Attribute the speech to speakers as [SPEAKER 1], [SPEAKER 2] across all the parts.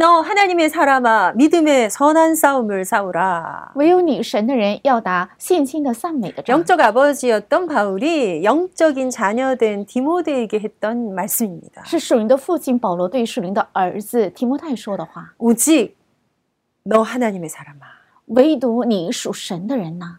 [SPEAKER 1] 너 하나님의 사람아 믿음의 선한 싸움을 싸우라.
[SPEAKER 2] 唯有女神的人要打信心的赞美的仗。
[SPEAKER 1] 영적 아버지였던 바울이 영적인 자녀된 디모데에게 했던 말씀입니다.
[SPEAKER 2] 是属灵的父亲保罗对属灵的儿子提摩太说的话。
[SPEAKER 1] 오직 너 하나님의 사람아.
[SPEAKER 2] 唯独你属神的人呐、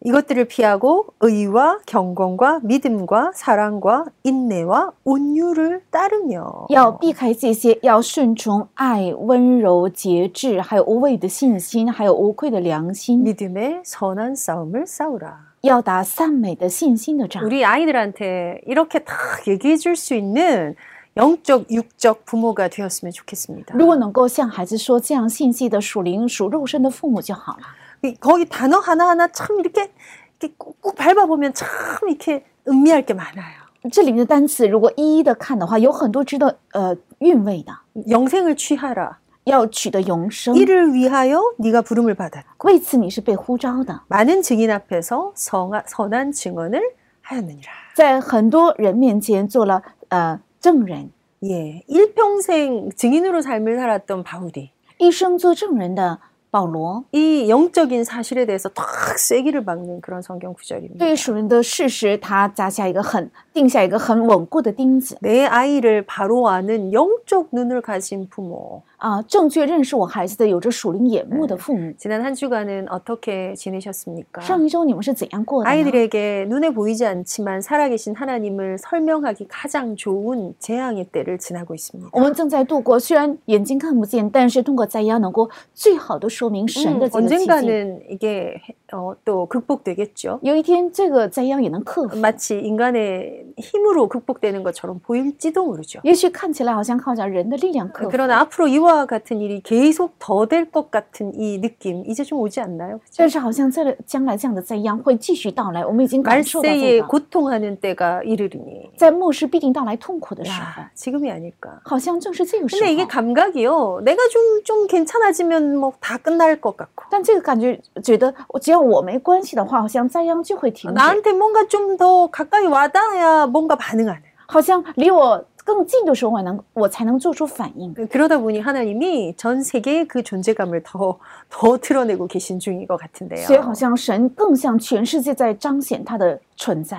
[SPEAKER 1] 이것들을 피하고 의와 경건과 믿음과 사랑과 인내와 온유를 따르며
[SPEAKER 2] 要避开这些，要顺从爱、温柔、节制，还有无畏的信心，还有无愧的良心，
[SPEAKER 1] 믿음의 선한 싸움을 싸우라.
[SPEAKER 2] 要打赞美的信心的仗。
[SPEAKER 1] 우리 아이들한테 이렇게 딱 얘기해 줄 수 있는 영적 육적 부모가 되었으면 좋겠습니다.
[SPEAKER 2] 如果能够向孩子说这样信息的属灵属肉身的父母就好了。
[SPEAKER 1] 이- 거기 단어 하나하나 참 이렇게, 이렇게 꾹꾹 밟아보면 참 이렇게 음미할 게 많아요.
[SPEAKER 2] 这里面的单词如果一一的看的话，有很多值得呃韵味的。
[SPEAKER 1] 영생을 취하라.
[SPEAKER 2] 要取得永生，
[SPEAKER 1] 이를 위하여 네가 부름을 받았다.
[SPEAKER 2] 为此你是被呼召的，
[SPEAKER 1] 많은 증인 앞에서 성하, 선한 증언을 하였느니라.
[SPEAKER 2] 在很多人面前做了呃证人，
[SPEAKER 1] 예, 일평생 증인으로 삶을 살았던 바울이
[SPEAKER 2] 一生做证人的保罗，
[SPEAKER 1] 이 영적인 사실에 대해서 탁 쐐기를 박는 그런 성경 구절입니다.
[SPEAKER 2] 对属人的事实，他扎下一个很定下一个很稳固的钉子
[SPEAKER 1] 내 아이를 바로 아는 영적 눈을 가진 부모.
[SPEAKER 2] 啊、正确认识我孩子的有着属灵眼目的父母。
[SPEAKER 1] 지난 한 주간은 어떻게 지내셨습니까?
[SPEAKER 2] 上一周你们是怎样过
[SPEAKER 1] 哎
[SPEAKER 2] 的呢？
[SPEAKER 1] 아이들에게 눈에 보이지 않지만 살아계신 하나님을 설명하기 가장 좋은 재앙의 때를 지나고 있습니다. 음,
[SPEAKER 2] 我们正在度过，虽然眼睛看不见，但是通过灾殃能够最好的说明神
[SPEAKER 1] 음,
[SPEAKER 2] 的这个奇迹。
[SPEAKER 1] 언젠가는 이게 어, 또 극복되겠죠.
[SPEAKER 2] 有一天，这个灾殃也能克服。
[SPEAKER 1] 마치 인간의 힘으로 극복되는 것처럼 보일지도 모르죠.
[SPEAKER 2] 也许看起来好像靠着人的力量克服，
[SPEAKER 1] 예, 그러나 앞으로 이와 같은 일이 계속 더 될 것 같은 이 느낌 이제 좀 오지 않나요?
[SPEAKER 2] 但是好像这将来这样的灾殃会继续到来，我们已经感受到这
[SPEAKER 1] 말세에
[SPEAKER 2] 个，
[SPEAKER 1] 고통하는 때가 이르리니
[SPEAKER 2] 在末世必定到来痛苦的时候，
[SPEAKER 1] 야, 지금이 아닐까.
[SPEAKER 2] 好像正是这个时
[SPEAKER 1] 근데 이게
[SPEAKER 2] 候。
[SPEAKER 1] 감각이요. 내가 좀 좀 괜찮아지면 뭐 다 끝날 것 같고
[SPEAKER 2] 但这个感觉，觉得我只要我没关系的话，好像灾殃就会停止，
[SPEAKER 1] 나한테 뭔가 좀 더 가까이 와닿아야 뭔가 반응하는.
[SPEAKER 2] 好像离我更近的时候，我能我才能做出反应。
[SPEAKER 1] 그러다 보니 하나님이 전 세계에 그 존재감을 더, 더 드러내고 계신 중인 것 같은데요.
[SPEAKER 2] 所以，好像神更向全世界在彰显他的存在。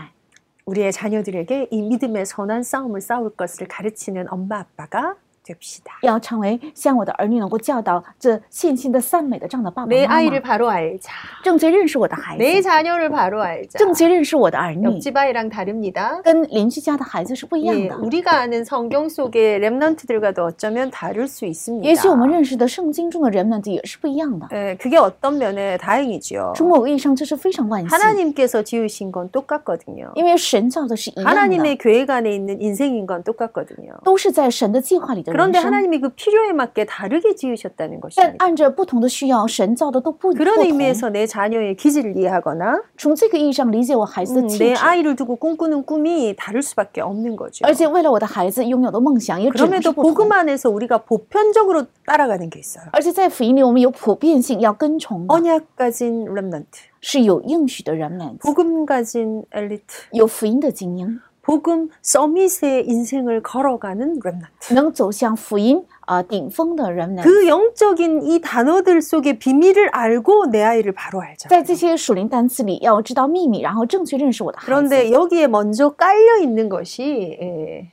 [SPEAKER 1] 우리의 자녀들에게 이 믿음의 선한 싸움을 싸울 것을 가르치는 엄마 아빠가 됩시다.
[SPEAKER 2] 要成为像我的儿女能够教导这信心的赞美的这样的爸爸
[SPEAKER 1] 내
[SPEAKER 2] 妈
[SPEAKER 1] 아이를
[SPEAKER 2] 妈，
[SPEAKER 1] 바로 알자.
[SPEAKER 2] 正确认识我的孩
[SPEAKER 1] 내
[SPEAKER 2] 子，
[SPEAKER 1] 자녀를 바로 알자.
[SPEAKER 2] 正确认识我的儿女，
[SPEAKER 1] 옆집 아이랑 다릅니다.
[SPEAKER 2] 跟邻居家的孩子是不一样
[SPEAKER 1] 예,
[SPEAKER 2] 的。
[SPEAKER 1] 우리가 아는 성경 속의 렘넌트들과도 어쩌면 다를 수 있습니다.
[SPEAKER 2] 也许我们认识的圣经中的人们也是不一样的。
[SPEAKER 1] 예, 그게 어떤 면에 다행이지요.
[SPEAKER 2] 从某个意义上，这是非常万幸，
[SPEAKER 1] 하나님께서 지으신 건 똑같거든요.
[SPEAKER 2] 因为神造的是一样的，
[SPEAKER 1] 하나님의 계획 안에 있는 인생인 건 똑같거든요.
[SPEAKER 2] 都是在神的计划里的人
[SPEAKER 1] 그런데
[SPEAKER 2] 生。
[SPEAKER 1] 하나님이 그 필요에 맞게 다르게 지으셨다는
[SPEAKER 2] 但
[SPEAKER 1] 것입니다.
[SPEAKER 2] 按着不同的需要，神造的都不不
[SPEAKER 1] 네, 아, 그런
[SPEAKER 2] 同。
[SPEAKER 1] 의미에서 내 자녀의 기질을 이해하거나
[SPEAKER 2] 从这个意义上理解我孩子
[SPEAKER 1] 음,
[SPEAKER 2] 的气质
[SPEAKER 1] 내 ， 아이를 두고 꿈꾸는 꿈이 다를 수밖에 없는 거죠.
[SPEAKER 2] 而且为了我的孩子拥有的梦想也只能是
[SPEAKER 1] 아, 그럼에도
[SPEAKER 2] 不同
[SPEAKER 1] 복음 。 음. 안에서 우리가 보편적으로 따라가는 게 있어요.
[SPEAKER 2] 而且在福音里，我们有普遍性，要跟从的，
[SPEAKER 1] 언약 가진 렘넌트,
[SPEAKER 2] 是有应许的人们，
[SPEAKER 1] 복음 가진 엘리트,
[SPEAKER 2] 有福音的精英，
[SPEAKER 1] 복음 서밋의 인생을 걸어가는 렘넌트.
[SPEAKER 2] 能走向福音啊、呃顶峰的人们。
[SPEAKER 1] 그 영적인 이 단어들 속의 비밀을 알고 내 아이를 바로 알자.
[SPEAKER 2] 在这些属灵单词里，要知道秘密，然后正确认识我的孩子。
[SPEAKER 1] 그런데 여기에 먼저 깔려 있는 것이 예,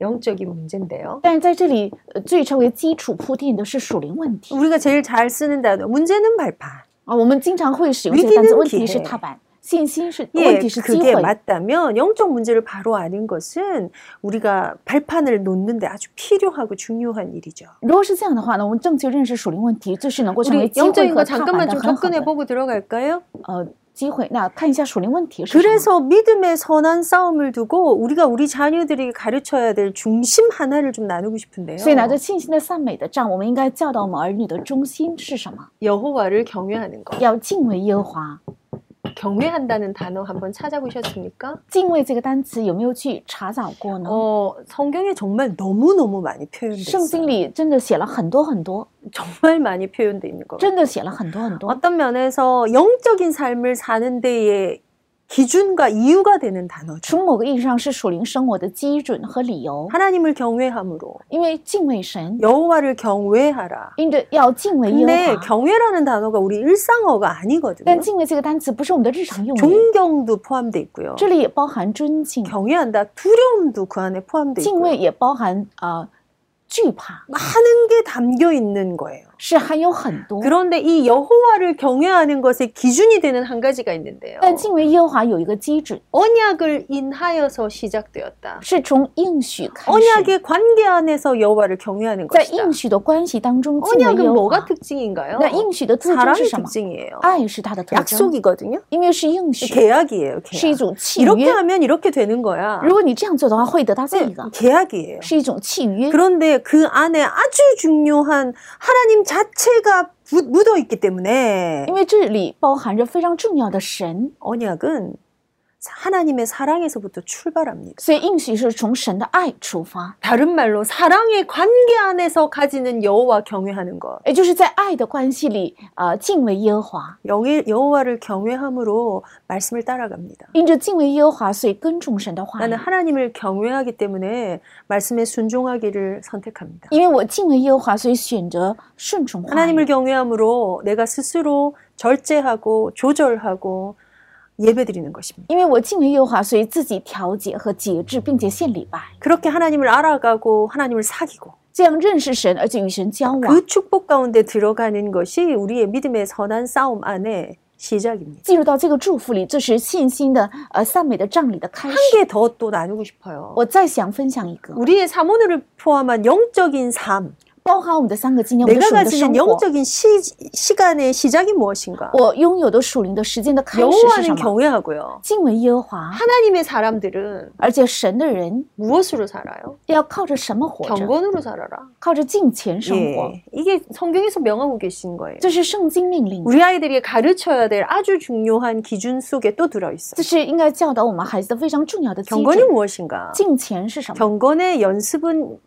[SPEAKER 1] 영적인 문제인데요.
[SPEAKER 2] 但是在这里，呃最成为基础铺垫的是属灵问题
[SPEAKER 1] 우리가 제일 잘 쓰는 단어 문제는 발판.
[SPEAKER 2] 啊。我们经常会使用这个单
[SPEAKER 1] 위기는
[SPEAKER 2] 词，问题
[SPEAKER 1] 기회
[SPEAKER 2] 是踏板，信心是
[SPEAKER 1] 예,
[SPEAKER 2] 问题是机
[SPEAKER 1] 그게
[SPEAKER 2] 会。
[SPEAKER 1] 맞다면 영적 문제를 바로 아는 것은 우리가 발판을 놓는데 아주 필요하고 중요한 일이죠.
[SPEAKER 2] 如果是这样的话呢，我们正确认识属灵问题，这是能够成为
[SPEAKER 1] 우리
[SPEAKER 2] 机会
[SPEAKER 1] 영적인
[SPEAKER 2] 和
[SPEAKER 1] 거
[SPEAKER 2] 踏板
[SPEAKER 1] 잠깐만
[SPEAKER 2] 的
[SPEAKER 1] 좀
[SPEAKER 2] 很好
[SPEAKER 1] 접근해
[SPEAKER 2] 的
[SPEAKER 1] 보고 들어갈까요?
[SPEAKER 2] 呃机会。那看一下属灵问题是什么？
[SPEAKER 1] 그래서 믿음의 선한 싸움을 두고 우리가 우리 자녀들에게 가르쳐야 될 중심 하나를 좀 나누고 싶은데요.
[SPEAKER 2] 所以拿着信心的赞美的杖，我们应该教导我们儿女的中心是什么？
[SPEAKER 1] 여호와를 경외하는 것.
[SPEAKER 2] 要敬畏耶和华。
[SPEAKER 1] 경외한다는 단어 한번 찾아보셨습니까?
[SPEAKER 2] 敬畏这个单词有没有去查找过呢？
[SPEAKER 1] 어, 성경에 정말 너무너무 많이 표현됐어요.
[SPEAKER 2] 圣经里真的写了很多很多，
[SPEAKER 1] 정말 많이 표현돼 있는 것 같아요.
[SPEAKER 2] 어. 真的写了很多很多。
[SPEAKER 1] 어떤 면에서 영적인 삶을 사는 데에 기준과 이유가 되는 단어죠.
[SPEAKER 2] 从某个意义上是属灵生活的基准和理由，
[SPEAKER 1] 하나님을 경외함으로
[SPEAKER 2] 因为敬畏神，
[SPEAKER 1] 여호와를 경외하라.
[SPEAKER 2] 因着要敬畏耶
[SPEAKER 1] 근데
[SPEAKER 2] 和华。
[SPEAKER 1] 경외라는 단어가 우리 일상어가 아니거든요.
[SPEAKER 2] 但敬畏这个单词不是我们的日常用语，
[SPEAKER 1] 존경도 포함돼 있고요.
[SPEAKER 2] 这里也包含尊敬，
[SPEAKER 1] 경외한다, 두려움도 그 안에 포함돼
[SPEAKER 2] 敬
[SPEAKER 1] 있고요.
[SPEAKER 2] 畏也包含啊、呃惧怕，
[SPEAKER 1] 많은 게 담겨 있는 거예요.
[SPEAKER 2] 是含有很多。
[SPEAKER 1] 그런데 이 여호와를 경외하는 것의 기준이 되는 한 가지가 있는데요.
[SPEAKER 2] 但敬畏耶和华有一个基准，
[SPEAKER 1] 언약을 인하여서 시작되었다.
[SPEAKER 2] 是从应许开始，
[SPEAKER 1] 언약의 관계 안에서 여호와를 경외하는
[SPEAKER 2] 在
[SPEAKER 1] 것이다.
[SPEAKER 2] 应许的关系当中敬畏耶
[SPEAKER 1] 언약은
[SPEAKER 2] 和
[SPEAKER 1] 뭐가
[SPEAKER 2] 华。
[SPEAKER 1] 특징인가요?
[SPEAKER 2] 那应许的特征是
[SPEAKER 1] 사람의
[SPEAKER 2] 什么？
[SPEAKER 1] 특징이에요. 아, 그렇죠?
[SPEAKER 2] 爱是它的特征，
[SPEAKER 1] 약속이거든요.
[SPEAKER 2] 因为是应许，
[SPEAKER 1] 계약이에요.
[SPEAKER 2] 是一
[SPEAKER 1] 계약.
[SPEAKER 2] 种契
[SPEAKER 1] 이렇게
[SPEAKER 2] 约。
[SPEAKER 1] 하면 이렇게 되는 거야.
[SPEAKER 2] 如果你这样做的话，会得到这
[SPEAKER 1] 네,
[SPEAKER 2] 个，
[SPEAKER 1] 계약이에요.
[SPEAKER 2] 是一种契约。
[SPEAKER 1] 그런데 그 안에 아주 중요한 하나님 자체가 부- 묻어 있기 때문에
[SPEAKER 2] 因为这里包含着非常重要的神，
[SPEAKER 1] 언약은 하나님의 사랑에서부터 출발합니다.
[SPEAKER 2] 所以应许是从神的爱出发，
[SPEAKER 1] 다른 말로 사랑의 관계 안에서 가지는 여호와 경외하는 것.
[SPEAKER 2] 也就是在爱的关系里，呃，敬畏耶和华，
[SPEAKER 1] 영의- 여호와를 경외함으로 말씀을 따라갑니다.
[SPEAKER 2] 因着敬畏耶和华，所以跟从神的话
[SPEAKER 1] 나는
[SPEAKER 2] 语。
[SPEAKER 1] 하나님을 경외하기 때문에 말씀에 순종하기를 선택합니다.
[SPEAKER 2] 因为我敬畏耶和华，所以选择顺从话
[SPEAKER 1] 하나님을
[SPEAKER 2] 语。
[SPEAKER 1] 경외함으로 내가 스스로 절제하고 조절하고 예배드리는 것입니다.
[SPEAKER 2] 因为我敬畏耶和华，所以自己调节和节制，并且献礼拜，
[SPEAKER 1] 그렇게 하나님을 알아가고 하나님을 사귀고
[SPEAKER 2] 这样认识神，而且与神交往，
[SPEAKER 1] 그 축복 가운데 들어가는 것이 우리의 믿음의 선한 싸움 안에 시작입니다.
[SPEAKER 2] 进入到这个祝福里，这是信心的呃赞美的葬礼的开始。
[SPEAKER 1] 한 개 더 또 나누고 싶어요.
[SPEAKER 2] 我再想分享一个，
[SPEAKER 1] 우리의 사모늘을 포함한 영적인 삶,
[SPEAKER 2] 包含我们的三个经验，我们的
[SPEAKER 1] 내가
[SPEAKER 2] 属灵的生
[SPEAKER 1] 가지는
[SPEAKER 2] 活。
[SPEAKER 1] 영적인 시, 시간의 시작이 무엇인가?
[SPEAKER 2] 我拥有的属灵的时间的开始是
[SPEAKER 1] 여호와는
[SPEAKER 2] 什么？
[SPEAKER 1] 경외하고요.
[SPEAKER 2] 敬畏耶和华，
[SPEAKER 1] 하나님의 사람들은
[SPEAKER 2] 而且神的人
[SPEAKER 1] 무엇으로 살아요?
[SPEAKER 2] 要靠着什么活着？
[SPEAKER 1] 경건으로 살아라.
[SPEAKER 2] 靠着敬虔生活，
[SPEAKER 1] 예, 이게 성경에서 명하고 계신 거예요.
[SPEAKER 2] 这是圣经命令，
[SPEAKER 1] 우리 아이들이 가르쳐야 될 아주 중요한 기준 속에 또
[SPEAKER 2] 这
[SPEAKER 1] 들어있어요.
[SPEAKER 2] 是应该教导我们孩子的非常重要的基
[SPEAKER 1] 경건이
[SPEAKER 2] 准。
[SPEAKER 1] 무엇인가?
[SPEAKER 2] 敬虔是什么？
[SPEAKER 1] 경건의 연습은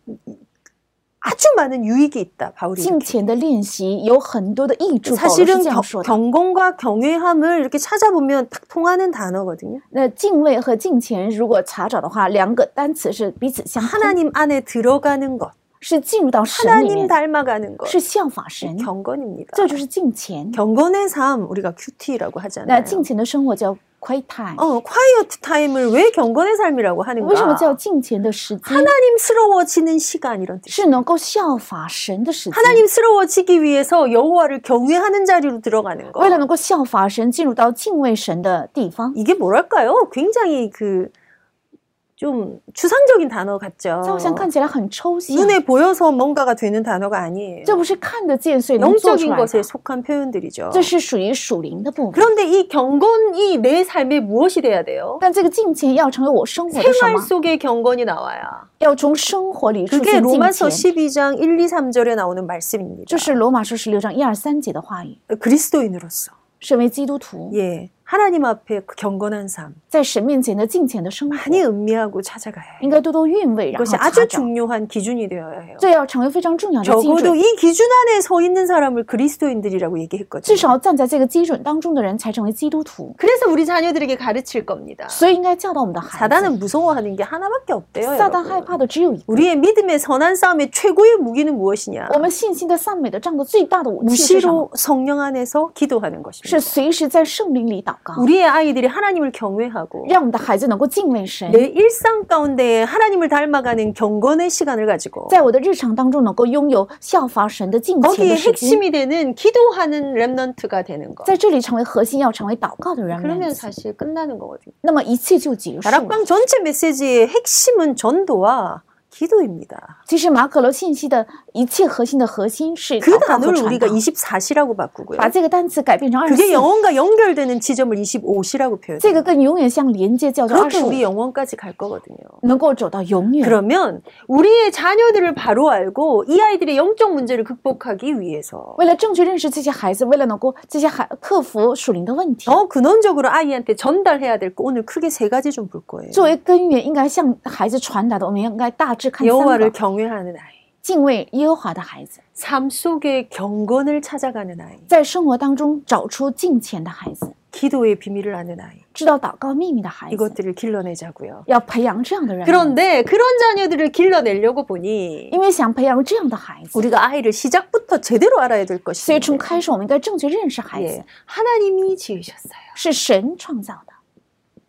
[SPEAKER 1] 아주 많은 유익이 있다. 바울이
[SPEAKER 2] 敬
[SPEAKER 1] 이렇게.
[SPEAKER 2] 虔的练习有很多的益处，保罗是
[SPEAKER 1] 사실은
[SPEAKER 2] 这
[SPEAKER 1] 경,
[SPEAKER 2] 样说的。
[SPEAKER 1] 경건과 경외함을 이렇게 찾아보면 딱 통하는 단어거든요.
[SPEAKER 2] 那敬畏和敬虔如果查找的话，两个单词是彼此相通，
[SPEAKER 1] 하나님 안에 들어가는 것,
[SPEAKER 2] 是进入到神里
[SPEAKER 1] 하나님
[SPEAKER 2] 面，
[SPEAKER 1] 닮아가는 것,
[SPEAKER 2] 是效法神，
[SPEAKER 1] 경건입니다.
[SPEAKER 2] 这就是敬虔。
[SPEAKER 1] 경건의 삶 우리가 큐티라고
[SPEAKER 2] 那
[SPEAKER 1] 하잖아요.
[SPEAKER 2] 敬虔的生活叫 quiet time。
[SPEAKER 1] 어, 콰이어트 타임을 왜 경건의 삶이라고
[SPEAKER 2] 为什
[SPEAKER 1] 하는가?
[SPEAKER 2] 么叫敬虔的时间？
[SPEAKER 1] 하나님스러워지는 시간 이런 뜻.
[SPEAKER 2] 是能够效法神的时
[SPEAKER 1] 그렇죠.
[SPEAKER 2] 间。
[SPEAKER 1] 하나님스러워지기 위해서 여호와를 경외하는 자리로 들어가는 거.
[SPEAKER 2] 哦为了能够效法神，进入到敬畏神的地方，
[SPEAKER 1] 이게 뭐랄까요? 굉장히 그 좀 추상적인 단어 같죠.
[SPEAKER 2] 这好像看起来很抽象，
[SPEAKER 1] 눈에 보여서 뭔가가 되는 단어가 아니에요.
[SPEAKER 2] 这不是看得见，所以能做出
[SPEAKER 1] 영적인
[SPEAKER 2] 来的
[SPEAKER 1] 것에 속한 표현들이죠.
[SPEAKER 2] 这是属于属灵的部分。
[SPEAKER 1] 그런데 이 경건이 내 삶에 무엇이 돼야 돼요?
[SPEAKER 2] 但这个敬虔要成为我生活的什
[SPEAKER 1] 생활
[SPEAKER 2] 么？
[SPEAKER 1] 속의 경건이 나와야.
[SPEAKER 2] 要从生活里出
[SPEAKER 1] 그게
[SPEAKER 2] 现敬
[SPEAKER 1] 로마서
[SPEAKER 2] 虔。
[SPEAKER 1] 12장 1, 2, 3절에 나오는 말씀입니다.
[SPEAKER 2] 这是罗马书十六章一二三节的话语。
[SPEAKER 1] 그리스도인으로서
[SPEAKER 2] 身为基督徒，
[SPEAKER 1] 예 하나님 앞에 그 경건한 삶
[SPEAKER 2] 在神面前的敬虔的生活，
[SPEAKER 1] 많이 음미하고 찾아가야 해요.
[SPEAKER 2] 应该多多韵味，然后
[SPEAKER 1] 이것이
[SPEAKER 2] 查
[SPEAKER 1] 아주
[SPEAKER 2] 找。
[SPEAKER 1] 중요한 기준이 되어야 해요.
[SPEAKER 2] 这要成为非常重要的基
[SPEAKER 1] 적어도
[SPEAKER 2] 准。
[SPEAKER 1] 이 기준 안에 서 있는 사람을 그리스도인들이라고
[SPEAKER 2] 至
[SPEAKER 1] 얘기했거든요.
[SPEAKER 2] 少站在这个基准当中的人才成为基督徒，
[SPEAKER 1] 그래서 우리 자녀들에게 가르칠 겁니다.
[SPEAKER 2] 所以应该教导我们的孩子。
[SPEAKER 1] 사단은 무서워하는 게 하나밖에 없대요.
[SPEAKER 2] 撒旦害
[SPEAKER 1] 여러분.
[SPEAKER 2] 怕的只有一个。
[SPEAKER 1] 우리의 믿음의 선한 싸움의 최고의 무기는 무엇이냐?
[SPEAKER 2] 我们信心的赞美的仗的最大的武器是什么？
[SPEAKER 1] 무시로 성령 안에서 기도하는
[SPEAKER 2] 是
[SPEAKER 1] 것입니다.
[SPEAKER 2] 随时在圣灵里祷告，
[SPEAKER 1] 우리의 아이들이 하나님을 경외하고
[SPEAKER 2] 让我们的孩子能够敬畏神，
[SPEAKER 1] 내 일상 가운데 하나님을 닮아가는 경건의 시간을 가지고
[SPEAKER 2] 在我的日常当中能够拥有效法神的敬虔
[SPEAKER 1] 거기에
[SPEAKER 2] 的时间，
[SPEAKER 1] 핵심이 되는 기도하는 랩넌트가 되는 거.
[SPEAKER 2] 在这里成为核心，要成为祷告的人
[SPEAKER 1] 그러면
[SPEAKER 2] 们。
[SPEAKER 1] 사실 끝나는 거거든요.
[SPEAKER 2] 那么一切就结束了。
[SPEAKER 1] 다락방 전체 메시지의 핵심은 전도와 기도입니다.
[SPEAKER 2] 其实马可罗信息的一切核心的核心是
[SPEAKER 1] 그
[SPEAKER 2] 祷告和
[SPEAKER 1] 단어를
[SPEAKER 2] 传
[SPEAKER 1] 우리가
[SPEAKER 2] 道，
[SPEAKER 1] 24시라고 바꾸고요.
[SPEAKER 2] 把这个单词改变成二十
[SPEAKER 1] 그게
[SPEAKER 2] 四，
[SPEAKER 1] 영혼과 연결되는 지점을 25시라고
[SPEAKER 2] 这
[SPEAKER 1] 표현해요.
[SPEAKER 2] 个跟永远相连接，叫做二
[SPEAKER 1] 그렇게
[SPEAKER 2] 十五，
[SPEAKER 1] 우리 영혼까지 갈 거거든요.
[SPEAKER 2] 能够走到永
[SPEAKER 1] 네.
[SPEAKER 2] 远。
[SPEAKER 1] 그러면 우리의 자녀들을 바로 알고 이 아이들의 영적 문제를 극복하기 위해서
[SPEAKER 2] 为了正确认识这些孩子，为了能够这些孩克服属灵的问题，
[SPEAKER 1] 더 근원적으로 아이한테 전달해야 될 거 오늘 크게 세 가지 좀 볼 거예요.
[SPEAKER 2] 作为根源，应该向孩子传达的，我们应该大致看三
[SPEAKER 1] 여호와를
[SPEAKER 2] 个：
[SPEAKER 1] 경외하는 아이,
[SPEAKER 2] 敬畏耶和华的孩子，
[SPEAKER 1] 삶 속의 경건을 찾아가는 아이,
[SPEAKER 2] 在生活当中找出敬虔的孩子，
[SPEAKER 1] 기도의 비밀을 아는 아이,
[SPEAKER 2] 知知道祷告秘密的孩子，
[SPEAKER 1] 이것들을 길러내자고요.
[SPEAKER 2] 要培养这样的人。
[SPEAKER 1] 그런데 그런 자녀들을 길러내려고 보니
[SPEAKER 2] 因为想培养这样的孩子，
[SPEAKER 1] 우리가 아이를 시작부터 제대로 알아야 될
[SPEAKER 2] 所以
[SPEAKER 1] 것이죠.
[SPEAKER 2] 从开始我们应该正确认识孩
[SPEAKER 1] 예,
[SPEAKER 2] 子
[SPEAKER 1] 하나님이 지으셨어요.
[SPEAKER 2] 是神创造的，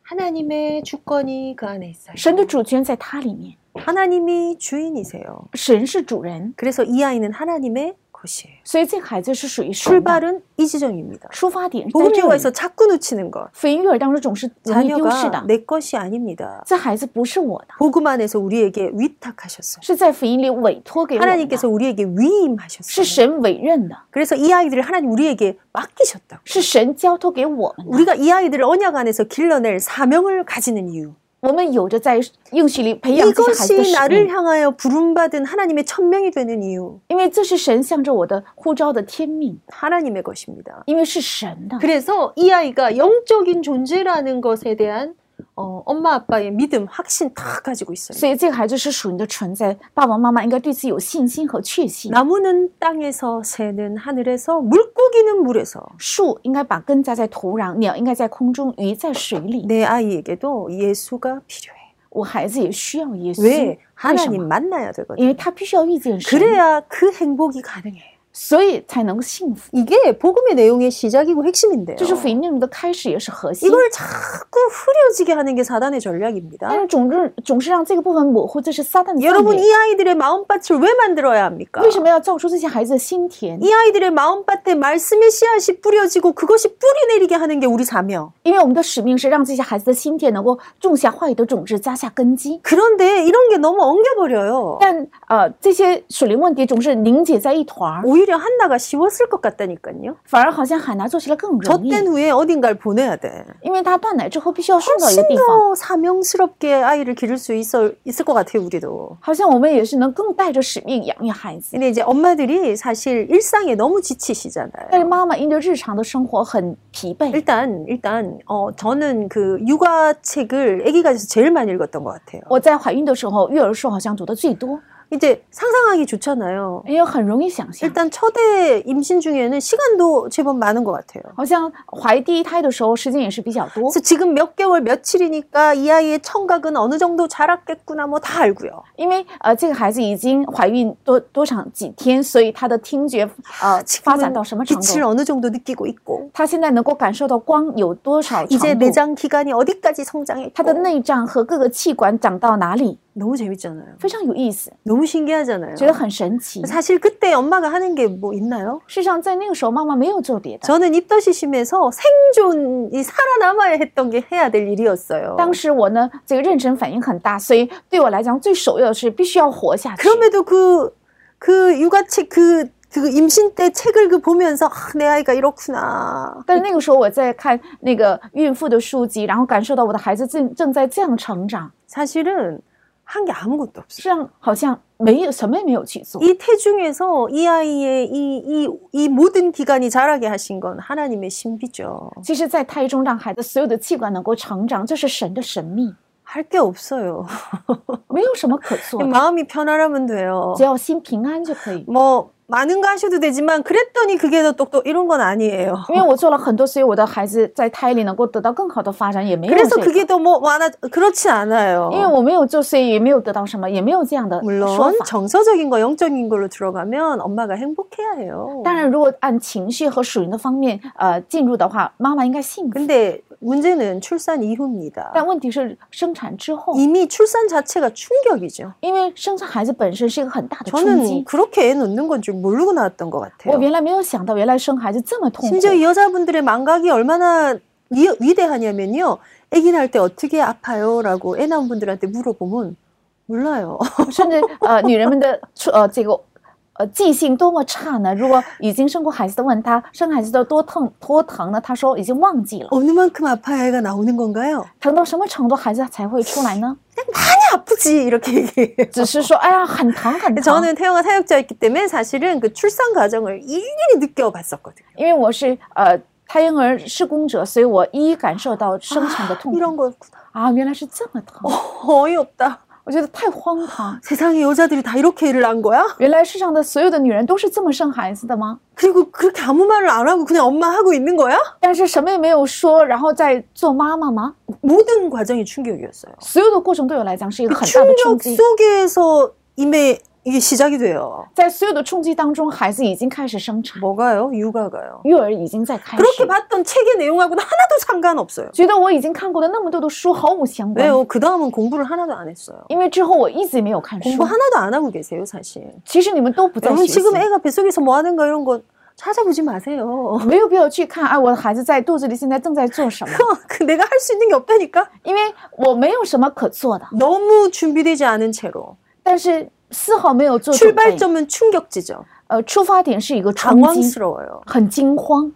[SPEAKER 1] 하나님의 주권이 그 안에 있어요.
[SPEAKER 2] 神的主权在他里面，
[SPEAKER 1] 하나님이 주인이세요.
[SPEAKER 2] 神是主人，
[SPEAKER 1] 그래서 이 아이는 하나님의 것이에요.
[SPEAKER 2] 所以这个孩子是属于神的。
[SPEAKER 1] 출발은 이 지점입니다.
[SPEAKER 2] 出发点是在这
[SPEAKER 1] 보험교과에서
[SPEAKER 2] 里。
[SPEAKER 1] 자꾸 놓치는 것.
[SPEAKER 2] 福音育儿当中总是容易丢失
[SPEAKER 1] 자녀가
[SPEAKER 2] 的，
[SPEAKER 1] 내 것이 아닙니다.
[SPEAKER 2] 这孩子不是我的，
[SPEAKER 1] 복음 안에서 우리에게 위탁하셨어요.
[SPEAKER 2] 是在福音里委托给我们的
[SPEAKER 1] 하나님께서 ， 우리에게
[SPEAKER 2] 是
[SPEAKER 1] 위임하셨어요.
[SPEAKER 2] 神委任的，
[SPEAKER 1] 그래서 이 아이들을 하나님 우리에게 맡기셨다고.
[SPEAKER 2] 是神交托给我们的。
[SPEAKER 1] 우리가 이 아이들을 언약 안에서 길러낼 사명을 가지는 이유.
[SPEAKER 2] 我们有着在应许里培养这些孩子的
[SPEAKER 1] 이것이
[SPEAKER 2] 使
[SPEAKER 1] 나를
[SPEAKER 2] 命，
[SPEAKER 1] 향하여 부름받은 하나님의 천명이 되는 이유.
[SPEAKER 2] 因为这是神向着我的呼召的天命，
[SPEAKER 1] 하나님의 것입니다.
[SPEAKER 2] 因为是神的。
[SPEAKER 1] 그래서 이 아이가 영적인 존재라는 것에 대한 어, 엄마 아빠의 믿음, 확신 다 가지고 있어요.
[SPEAKER 2] 所以这个孩子是属于你的存在，爸爸妈妈应该对此有信心和确信。
[SPEAKER 1] 음. 나무는 땅에서, 새는 하늘에서, 물고기는 물에서.
[SPEAKER 2] 树应该把根扎在土壤，鸟应该在空中，鱼在水里。
[SPEAKER 1] 내 아이에게도 예수가 필요해.
[SPEAKER 2] 我孩子也需要耶稣
[SPEAKER 1] 왜 ，
[SPEAKER 2] 为什么？
[SPEAKER 1] 하나님 만나야
[SPEAKER 2] 因
[SPEAKER 1] 되거든.
[SPEAKER 2] 为他必须要遇见神，
[SPEAKER 1] 그래야 그 행복이 가능해.
[SPEAKER 2] 所以才能幸福。
[SPEAKER 1] 이게 복음의 내용의 시작이고 핵심인데요.
[SPEAKER 2] 这是福音内容的开始，也是核心。
[SPEAKER 1] 이걸 자꾸 흐려지게 하는 게 사단의 전략입니다.
[SPEAKER 2] 但是总是总是让这个部分模糊，这是撒旦的
[SPEAKER 1] 여러분
[SPEAKER 2] 战略
[SPEAKER 1] 이 아이들의 마음밭을 왜 만들어야 합니까?
[SPEAKER 2] 为什么要造出这些孩子的心田？
[SPEAKER 1] 이 아이들의 마음밭에 말씀의 씨앗이 뿌려지고 그것이 뿌리 내리게 하는 게 우리 사명.
[SPEAKER 2] 因为我们的使命是让这些孩子的心田能够种下话语的种子，扎下根基。
[SPEAKER 1] 그런데 이런 게 너무 엉겨버려요.
[SPEAKER 2] 但呃，这些属灵问题总是凝结在一团儿，
[SPEAKER 1] 오히려 한나가 쉬웠을 것같다니깐요
[SPEAKER 2] 反而好像海南做起来更容易，
[SPEAKER 1] 젖된 후에 어딘가를 보내야 돼.
[SPEAKER 2] 因为他断奶之后必须要送到一个
[SPEAKER 1] 훨씬
[SPEAKER 2] 地方，
[SPEAKER 1] 더 사명스럽게 아이를 기를 수 있어, 있을 것 같아요, 우리도.
[SPEAKER 2] 好像我们也是能更带着使命养育孩子。
[SPEAKER 1] 근데 이제 엄마들이 사실 일상에 너무
[SPEAKER 2] 但
[SPEAKER 1] 지치시잖아요.
[SPEAKER 2] 是妈妈因着日常的生活很疲惫，
[SPEAKER 1] 일단, 일단, 어, 저는 그 육아책을 아기가 돼서 제일 많이 읽었던 것 같아요.
[SPEAKER 2] 我在怀孕的时候育儿书好像读的最多，
[SPEAKER 1] 이제 상상하기 좋잖아요.
[SPEAKER 2] 因为很容易想象。
[SPEAKER 1] 일단 첫해 임신 중에는 시간도 제법 많은 것 같아요.
[SPEAKER 2] 好像怀第一胎的时候时间也是比较多，
[SPEAKER 1] 그래서 지금 몇 개월 며칠이니까 이 아이의 청각은 어느 정도 자랐겠구나 뭐 다 알고요.
[SPEAKER 2] 因为呃这个孩子已经怀孕多多长几天，所以他的听觉呃发展
[SPEAKER 1] 지금은
[SPEAKER 2] 到什么程
[SPEAKER 1] 빛을
[SPEAKER 2] 度？
[SPEAKER 1] 어느 정도 느끼고 있고
[SPEAKER 2] 他现在能够感受到光有多少
[SPEAKER 1] 이제
[SPEAKER 2] 长度，
[SPEAKER 1] 내장 기관이 어디까지 성장했고
[SPEAKER 2] 他的内脏和各个器官长到哪里，
[SPEAKER 1] 너무 재밌잖아요.
[SPEAKER 2] 非常有意思，
[SPEAKER 1] 너무 신기하잖아요.
[SPEAKER 2] 觉得很神奇。
[SPEAKER 1] 사실 그때 엄마가 하는 게 뭐 있나요?
[SPEAKER 2] 事实上，在那个时候，妈妈没有做别的。
[SPEAKER 1] 저는 입덧이 심해서 생존이 살아남아야 했던 게 해야 될 일이었어요.
[SPEAKER 2] 当时我呢，这个妊娠反应很大，所以对我来讲，最首要的是必须要活下去。
[SPEAKER 1] 그럼에도 그, 그 육아책 그, 그 임신 때 책을 그 보면서 아, 내 아이가 이렇구나.
[SPEAKER 2] 但是那个时候，我在看那个孕妇的书籍，然后感受到我的孩子正正在这样成长，
[SPEAKER 1] 사실은 한 게 아무것도 없어요.
[SPEAKER 2] 实际上好像没有什么也没有去做。
[SPEAKER 1] 이 태중에서 이 아이의 이, 이, 이 모든 기관이 자라게 하신 건 하나님의 신비죠.
[SPEAKER 2] 其实，在胎中让孩子所有的器官能够成长，这是神的神秘，
[SPEAKER 1] 할 게 없어요.
[SPEAKER 2] 没有什么可做 的，
[SPEAKER 1] 마음이 편안하면 돼요.
[SPEAKER 2] 只要心平安就可以。
[SPEAKER 1] 뭐 많은 거 하셔도 되지만 그랬더니 그게 더 똑똑 이런 건 아니에요.
[SPEAKER 2] 因为我做了很多，所以我的孩子在胎里能够得到更好的发展，也没有这
[SPEAKER 1] 그래서
[SPEAKER 2] 个。
[SPEAKER 1] 그게 더 뭐 많아 그렇지 않아요.
[SPEAKER 2] 因为我没有做，所以也没有得到什么，也没有这样的说
[SPEAKER 1] 물론
[SPEAKER 2] 法。
[SPEAKER 1] 정서적인 거 영적인 걸로 들어가면 엄마가 행복해야 해요.
[SPEAKER 2] 当然，如果按情绪和属灵的方面呃进入的话，妈妈应该幸福。
[SPEAKER 1] 근데 문제는 출산 이후입니다.
[SPEAKER 2] 但问题是生产之后，
[SPEAKER 1] 이미 출산 자체가 충격이죠.
[SPEAKER 2] 因为生产孩子本身是一个很大的冲
[SPEAKER 1] 저는
[SPEAKER 2] 击。
[SPEAKER 1] 그렇게 애 놓는 건 줄 모르고 나왔던 것
[SPEAKER 2] 我
[SPEAKER 1] 같아요.
[SPEAKER 2] 原来没有想到，原来生孩子这么痛苦。
[SPEAKER 1] 심지어 이 여자분들의 망각이 얼마나 위, 위대하냐면요. 애기 낳을 때 어떻게 아파요라고 애 낳은 분들한테 물어보면 몰라요.
[SPEAKER 2] 甚至呃，女人们的出呃这个呃记性多么差呢？如果已经生过孩子的问她生孩子的多痛多疼呢，她说已经忘记了，
[SPEAKER 1] 어느 만큼 아파야 애가 나오는 건가요?
[SPEAKER 2] 疼到什么程度孩子才会出来呢？
[SPEAKER 1] 아프지 이렇게 얘기해요.
[SPEAKER 2] 只是说哎呀很疼很
[SPEAKER 1] 근데
[SPEAKER 2] 疼。
[SPEAKER 1] 저는 태영아 사역자였기 때문에 사실은 그 출산 과정을 일일이 느껴봤었거든요.
[SPEAKER 2] 因为我是呃胎婴儿施工者，所以啊我一一感受到生产的痛苦
[SPEAKER 1] 이런 거였구나.
[SPEAKER 2] 啊原来是这么疼，
[SPEAKER 1] 어이없다.
[SPEAKER 2] 我觉得太荒唐。
[SPEAKER 1] 세상에 여자들이 다 이렇게 일을 한 거야?
[SPEAKER 2] 原来世上的所有的女人都是这么生孩子的吗？
[SPEAKER 1] 그리고 그렇게 아무 말을 안 하고 그냥 엄마 하고 있는 거야?
[SPEAKER 2] 但是什么也没有说，然后再做妈妈吗？
[SPEAKER 1] 모든 과정이 충격이었어요.
[SPEAKER 2] 所有的过程对我来讲是一个
[SPEAKER 1] 그
[SPEAKER 2] 很大的冲
[SPEAKER 1] 충격
[SPEAKER 2] 击，
[SPEAKER 1] 속에서 이미 이게 시작이 돼요.
[SPEAKER 2] 在所有的冲击当中，孩子已经开始生产，
[SPEAKER 1] 뭐가요? 육아가요.
[SPEAKER 2] 育儿已经在开始。
[SPEAKER 1] 그렇게 봤던 책의 내용하고는 하나도 상관없어요.
[SPEAKER 2] 觉得我已经看过的那么多的书毫无相关，
[SPEAKER 1] 왜요? 그 다음은 공부를 하나도 안 했어요.
[SPEAKER 2] 因为之后我一直没有看书
[SPEAKER 1] 공부 。 하나도 안 하고 계세요, 사실.
[SPEAKER 2] 其实你们都不在
[SPEAKER 1] 여러분
[SPEAKER 2] 学习，
[SPEAKER 1] 지금 애가 뱃속에서 뭐 하는가 이런 거 찾아보지 마세요.
[SPEAKER 2] 没有必要去看啊，我的孩子在肚子里现在正在做什么，
[SPEAKER 1] 그 내가 할 수 있는 게 없다니까.
[SPEAKER 2] 因为我没有什么可做的，
[SPEAKER 1] 너무 준비되지 않은 채로
[SPEAKER 2] 但是丝毫没有做准备。
[SPEAKER 1] 출발점은 충격지죠.
[SPEAKER 2] 呃，出发点是一个冲击，
[SPEAKER 1] 당황스러워요.
[SPEAKER 2] 很惊慌，